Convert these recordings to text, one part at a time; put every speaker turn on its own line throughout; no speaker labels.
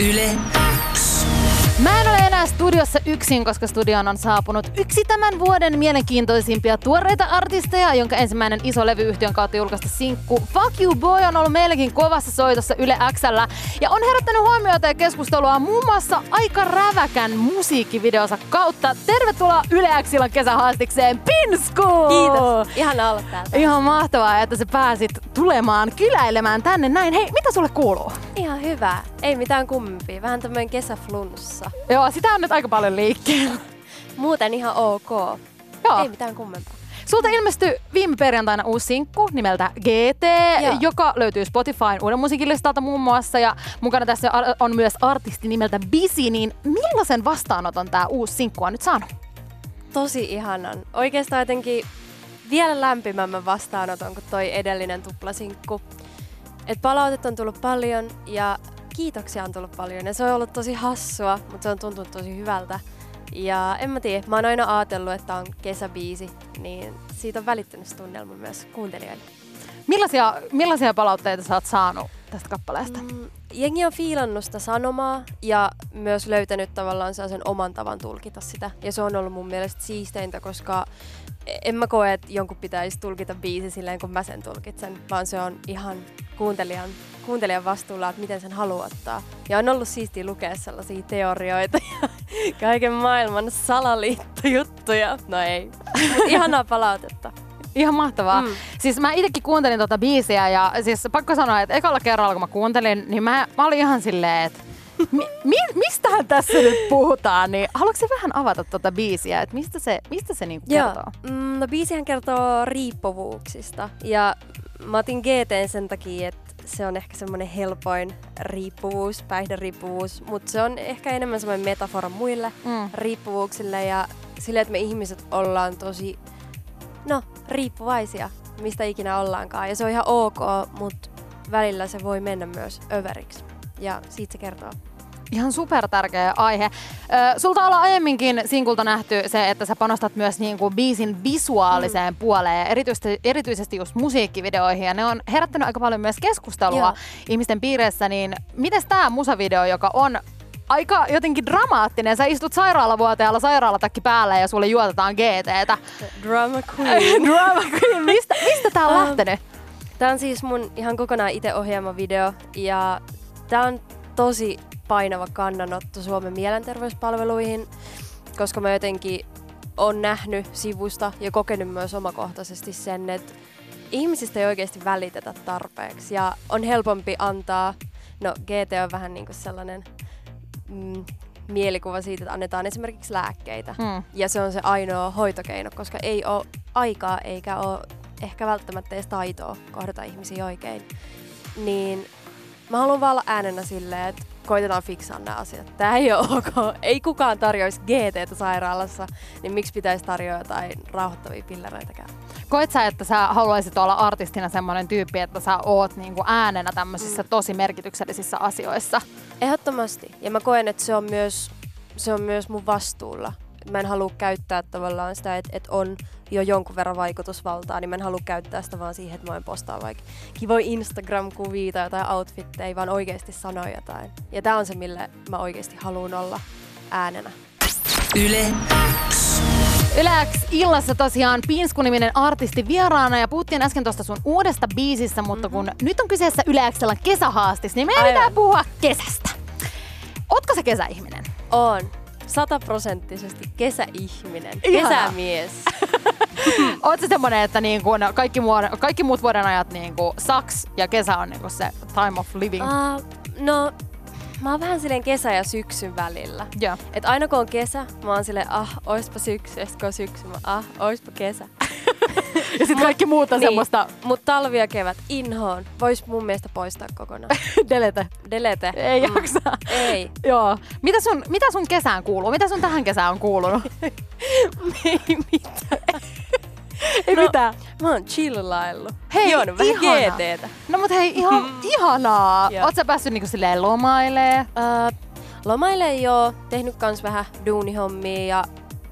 Yle X.
Mä en ole enää studiossa yksin, koska studioon on saapunut yksi tämän vuoden mielenkiintoisimpia tuoreita artisteja, jonka ensimmäinen iso levyyhtiön kautta julkaista sinkku Fuck You Boy on ollut meilläkin kovassa soitossa Yle Xllä ja on herättänyt huomiota ja keskustelua muun muassa aika räväkän musiikkivideonsa kautta. Tervetuloa Yle Xillan kesähaastikseen Pinsku!
Kiitos. Ihan olla täällä.
Ihan mahtavaa, että sä pääsit tulemaan kyläilemään tänne näin. Hei, mitä sulle kuuluu?
Ihan hyvä. Ei mitään kummempia. Vähän tämmöinen kesäflunssa.
Joo, sitä on nyt aika paljon liikkeellä.
Muuten ihan ok.
Joo.
Ei mitään kummempaa.
Sulta ilmestyi viime perjantaina uusi sinkku nimeltä GT,
Joo.
joka löytyy Spotifyn uuden musiikilistalta muun muassa. Ja mukana tässä ar- on myös artisti nimeltä Bisi, niin millaisen vastaanoton tämä uusi sinkku on nyt saanut?
Tosi ihanan. Oikeastaan jotenkin vielä lämpimämmän vastaanoton kuin toi edellinen tuplasinkku. Et palautetta on tullut paljon ja kiitoksia on tullut paljon. Ja se on ollut tosi hassua, mutta se on tuntunut tosi hyvältä. Ja en mä tiedä, mä oon aina ajatellut, että on kesäbiisi, niin siitä on välittynyt se tunnelma myös kuuntelijoille.
Millaisia, millaisia palautteita sä oot saanut tästä kappaleesta?
Mm, jengi on fiilannut sitä sanomaa ja myös löytänyt tavallaan sen oman tavan tulkita sitä. Ja se on ollut mun mielestä siisteintä, koska en mä koe, että jonkun pitäisi tulkita biisi silleen, kun mä sen tulkitsen, vaan se on ihan kuuntelijan, kuuntelijan vastuulla, että miten sen haluaa ottaa. Ja on ollut siistiä lukea sellaisia teorioita ja kaiken maailman salaliittojuttuja. No ei. Ihanaa palautetta.
Ihan mahtavaa. Mm.
Mm.
Siis mä itsekin kuuntelin tota biisiä ja siis pakko sanoa, että ekalla kerralla kun mä kuuntelin, niin mä, mä olin ihan silleen, että mi, mi, mistähän tässä nyt puhutaan, niin haluatko sä vähän avata tota biisiä, että mistä se, mistä se niinku kertoo?
Mm, no biisihän kertoo riippuvuuksista ja mä otin GTn sen takia, että se on ehkä semmoinen helpoin riippuvuus, päihderiippuvuus, mutta se on ehkä enemmän semmoinen metafora muille
Mm.
riippuvuuksille ja sille, että me ihmiset ollaan tosi, no, riippuvaisia, mistä ikinä ollaankaan. Ja se on ihan ok, mutta välillä se voi mennä myös överiksi. Ja siitä se kertoo.
Ihan supertärkeä aihe. Ö, sulta ollaan aiemminkin sinkulta nähty se, että sä panostat myös niinku biisin visuaaliseen mm. puoleen, erityisesti, erityisesti just musiikkivideoihin, ja ne on herättänyt aika paljon myös keskustelua
Joo.
ihmisten piireissä, niin mites tämä musavideo, joka on aika jotenkin dramaattinen, sä istut sairaalavuoteella sairaalatakki päällä ja sulle juotetaan GTtä.
Drama queen.
Drama queen, mistä, mistä tää on
Ähm,
lähtenyt?
Tämä on siis mun ihan kokonaan itse ohjaama video ja tämä on tosi painava kannanotto Suomen mielenterveyspalveluihin, koska mä jotenkin on nähnyt sivusta ja kokenut myös omakohtaisesti sen, että ihmisistä ei oikeasti välitetä tarpeeksi ja on helpompi antaa, no GT on vähän niin kuin sellainen mm, mielikuva siitä, että annetaan esimerkiksi lääkkeitä
Mm.
ja se on se ainoa hoitokeino, koska ei ole aikaa eikä ole ehkä välttämättä edes taitoa kohdata ihmisiä oikein. Niin mä haluan vaan olla äänenä silleen, että koitetaan fiksaa nämä asiat. Tää ei ole ok. Ei kukaan tarjoisi GTtä sairaalassa, niin miksi pitäisi tarjoa jotain rauhoittavia pillereitäkään?
Koet sä, että sä haluaisit olla artistina semmoinen tyyppi, että sä oot niinku äänenä tämmöisissä tosi merkityksellisissä asioissa?
Ehdottomasti. Ja mä koen, että se on myös, se on myös mun vastuulla. Mä en halua käyttää tavallaan sitä, että, että on jo jonkun verran vaikutusvaltaa, niin mä en halua käyttää sitä vaan siihen, että mä en postaa vaikka kivoja Instagram-kuvia tai jotain outfitteja, vaan oikeasti sanoa jotain. Ja tää on se, millä mä oikeasti haluan olla äänenä.
Yle X.
Yläks illassa tosiaan Pinsku-niminen artisti vieraana ja puhuttiin äsken tuosta sun uudesta biisistä, mutta kun nyt on kyseessä Yläksellä kesähaastis, niin meidän pitää
Aivan.
puhua kesästä. Ootko sä kesäihminen?
On sataprosenttisesti kesäihminen,
Ihanaa.
kesämies.
Oot sä semmonen, että niin kun kaikki, muod- kaikki muut vuoden ajat niin kun saks ja kesä on niin kun se time of living? Ah.
Uh, no, mä oon vähän silleen kesä ja syksyn välillä.
Yeah.
Et aina kun on kesä, mä oon silleen, ah, oispa syksy. Ja sit kun on syksy, mä, ah, oispa kesä.
Ja sitten kaikki muut on niin. semmoista
Mut talvi ja kevät inhoon. Vois mun mielestä poistaa kokonaan.
delete.
Delete.
Ei
Mm.
jaksa.
Ei.
Joo. Mitä sun, mitä sun kesään kuuluu? Mitä sun tähän kesään on kuulunut?
Ei mitään.
Ei mitään.
No, Mä oon chillaillu.
Hei,
Juonut vähän
ihanaa.
GTtä.
No mut hei, ihan, ihanaa.
Joo.
Oot sä päässyt niinku silleen lomailee?
Öö, lomaille ei oo. Tehnyt kans vähän duunihommia ja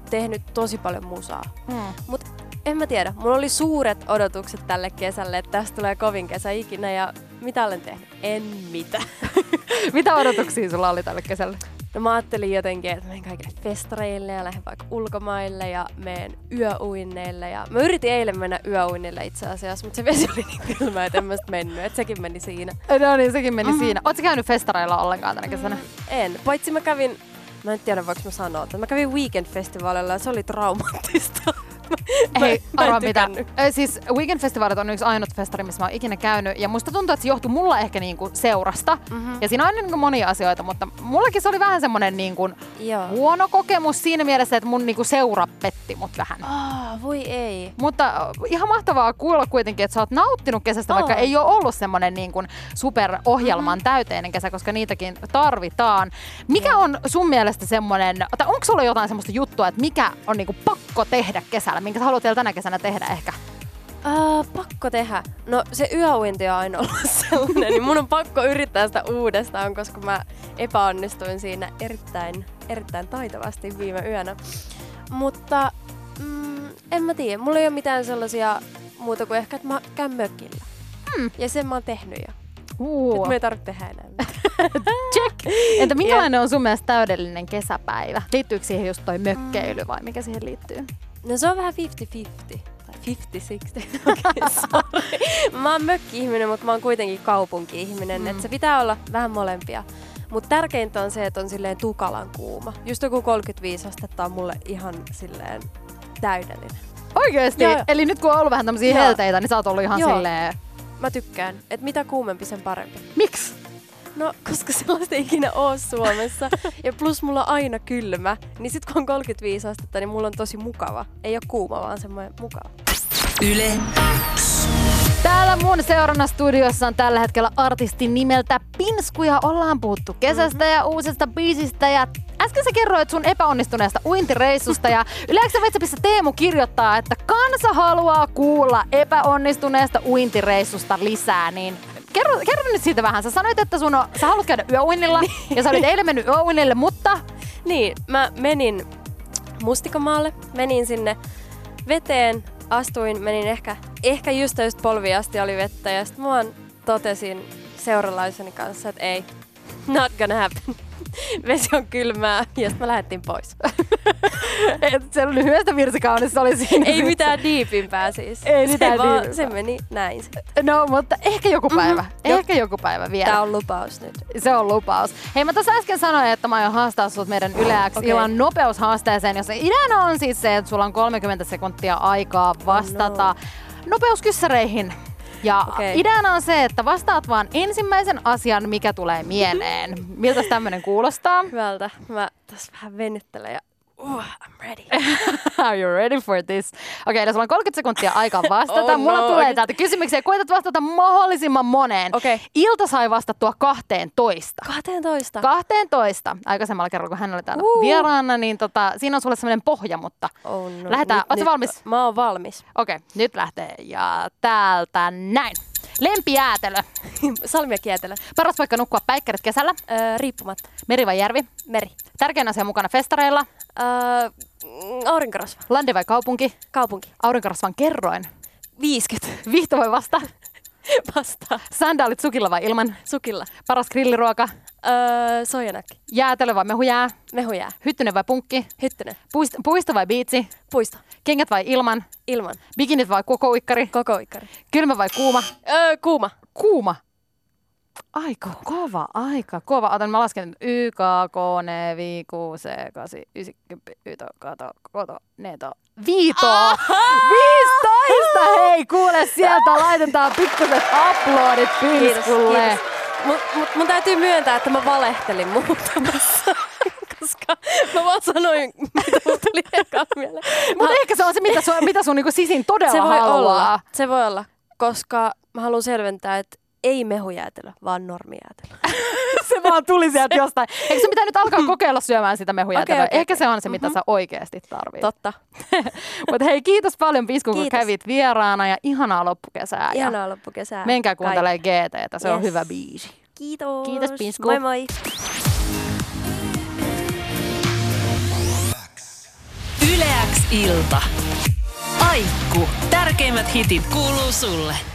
tehnyt tosi paljon musaa.
Hmm.
Mut en mä tiedä. Mulla oli suuret odotukset tälle kesälle, että tästä tulee kovin kesä ikinä ja mitä olen tehnyt? En mitään.
Mitä odotuksia sulla oli tälle kesälle?
No mä ajattelin jotenkin, että menen kaikille festareille ja lähden vaikka ulkomaille ja menen yöuinneille. Ja mä yritin eilen mennä yöuinnille itse asiassa, mutta se vesi oli niin kylmä, että en mä sit mennyt. Että sekin meni siinä.
No niin, sekin meni mm. siinä. Ootko käynyt festareilla ollenkaan tänä kesänä?
Mm, En. Paitsi mä kävin, mä en tiedä voiko mä sanoa, että mä kävin weekend-festivaalilla ja se oli traumaattista. Mä-
Ei,
mä en
arvaa mitä.
tykännyt.
Ö, Siis Weekend Festivalit on yksi ainut festari, missä mä oon ikinä käynyt. Ja musta tuntuu, että se johtui mulla ehkä niinku seurasta. Mm-hmm. Ja siinä on aina niinku monia asioita, mutta mullakin se oli vähän semmonen niinku
Joo.
huono kokemus siinä mielessä, että mun niinku seura petti mut vähän.
Ah, voi ei.
Mutta ö, ihan mahtavaa kuulla kuitenkin, että sä oot nauttinut kesästä, vaikka
Oon.
ei ole ollut semmoinen niin kuin superohjelman mm-hmm. täyteinen kesä, koska niitäkin tarvitaan. Mikä on sun mielestä semmoinen, tai onko sulla jotain semmoista juttua, että mikä on niin kuin pakko tehdä kesällä, minkä sä haluat vielä tänä kesänä tehdä ehkä?
Äh, pakko tehdä. No se yöuinti on aina ollut sellainen, niin mun on pakko yrittää sitä uudestaan, koska mä epäonnistuin siinä erittäin, erittäin taitavasti viime yönä. Mutta mm, en mä tiedä, mulla ei ole mitään sellaisia muuta kuin ehkä, että mä käyn mökillä. Hmm. Ja sen mä oon tehnyt jo.
Uu,
Nyt mä ei tarvitse tehdä enää. mitään.
check! Entä minkälainen on sun mielestä täydellinen kesäpäivä? Liittyykö siihen just toi mökkeily vai mikä siihen liittyy?
No se on vähän 50-50. Tai 50-60. Okei, sorry. Mä oon mökki-ihminen, mutta mä oon kuitenkin kaupunki-ihminen. Mm. Et se pitää olla vähän molempia. Mutta tärkeintä on se, että on silleen tukalan kuuma. Just joku 35 astetta on mulle ihan silleen täydellinen.
Oikeesti?
Joo.
Eli nyt kun on ollut vähän tämmöisiä
Joo.
helteitä, niin sä oot ollut ihan
Joo.
silleen,
Mä tykkään. Et mitä kuumempi, sen parempi.
miksi?
No, koska sellaista ei ikinä oo Suomessa. ja plus mulla on aina kylmä. Niin sit kun on 35 astetta, niin mulla on tosi mukava. Ei oo kuuma, vaan semmoinen mukava.
Yle X.
Täällä mun seurannan studiossa on tällä hetkellä artisti nimeltä Pinsku ja ollaan puhuttu kesästä mm-hmm. ja uusista biisistä ja Äsken sä kerroit sun epäonnistuneesta uintireissusta ja yleensä Metsäpissä Teemu kirjoittaa, että kansa haluaa kuulla epäonnistuneesta uintireissusta lisää, niin kerro, kerro nyt siitä vähän. Sä sanoit, että sun on, sä haluat käydä yöuinnilla ja sä olit eilen mennyt yöuinnille, mutta
Niin, mä menin Mustikamaalle, menin sinne veteen, astuin, menin ehkä, ehkä just, just polvi asti oli vettä ja sitten mä vaan totesin seuralaiseni kanssa, että ei, not gonna happen. Vesi on kylmää ja sitten mä lähdettiin pois.
et, se oli lyhyestä virsikaunis, se oli siinä.
ei mitään diipimpää siis.
Ei mitään
se, vaan-
diipimpää.
se meni näin sitten.
No, mutta ehkä joku päivä. Mm-hmm.
Mhm. Joo.
Ehkä joku päivä vielä.
Tää on lupaus nyt.
Se on lupaus. Hei, mä tuossa äsken sanoin, että mä aion haastaa sut meidän yleäksi okay.
Okei.
illan nopeushaasteeseen, jossa ideana on siis se, että sulla on 30 sekuntia aikaa vastata nopeuskyssäreihin. Ja okay.
No. Okei.
ideana on se, että vastaat vaan ensimmäisen asian, mikä tulee mieleen.
Mhm.
Miltä tämmönen kuulostaa?
Hyvältä. Mä tässä vähän venyttelen ja uh, I'm ready.
Are you ready for this? Okei, okay, sulla on 30 sekuntia aikaa vastata.
Oh
Mulla
no.
tulee täältä kysymyksiä. Koetat vastata mahdollisimman moneen.
Okei.
Ilta sai vastattua 12.
12.
12 aikaisemmalla kerralla, kun hän oli täällä uh.
Uu.
vieraana, niin tota, siinä on sulle semmoinen pohja, mutta
oh, no.
lähdetään.
Nyt-
Oletko
nyt-
valmis?
Mä oon valmis.
Okei, okay, nyt lähtee. Ja täältä näin. Lempijäätelö.
Salmia kietellä.
Paras paikka nukkua päikkärit kesällä.
Öö, riippumatta.
Meri vai järvi.
Meri.
Tärkein asia mukana festareilla.
Öö, mm, aurinkorasva.
Lande vai kaupunki.
Kaupunki.
Aurinkorasvan kerroin.
50.
Vihto vai vasta.
Vastaa.
Sandaalit sukilla vai ilman.
Sukilla.
Paras grilliruoka.
Öö, sojanakki.
Jäätelö vai mehujää.
Mehujää.
Hyttynen vai punkki.
Hyttynen.
Puist- puisto vai biitsi.
Puisto.
Kengät vai ilman.
Ilman.
Bikinit vai kokouikkari.
Koko ikkari.
Kylmä vai kuuma.
Öö, kuuma.
kuuma. Aika kova, aika kova. Otan, mä lasken Y, K, K, N, V, Q, C, 8, 9, 10, 11, 12, 13, 14. Viitoa! 15! Hei, kuule sieltä, laitetaan pikkuset aplodit
Kiitos,
pilskulle.
kiitos. Mut, mut, mun täytyy myöntää, että mä valehtelin muutamassa, koska mä vaan sanoin, mitä mun tuli ekaan mieleen.
Mutta ehkä se on se, mitä sun, mitä sun niinku sisin todella
No- se voi
haluaa.
olla. Se voi olla, koska mä haluan selventää, että ei mehujäätelö, vaan normijäätelö.
se vaan tuli sieltä jostain. Eikö se pitää nyt alkaa kokeilla syömään sitä mehuja?
Okei,
Okay, okay,
okei, Mhm.
ehkä se on se, mitä mm-hmm. sä oikeasti tarvitset.
Totta.
Mutta hei, kiitos paljon Pisku, kun
Kiitos.
kävit vieraana ja ihanaa loppukesää. ja
Ihanaa loppukesää.
Menkää
kaikille.
kuuntelemaan GTtä, se on
Yes.
hyvä biisi.
Kiitos.
Kiitos, Pinsku.
Moi moi.
Yle X ilta. Aikku. Tärkeimmät hitit kuuluu sulle.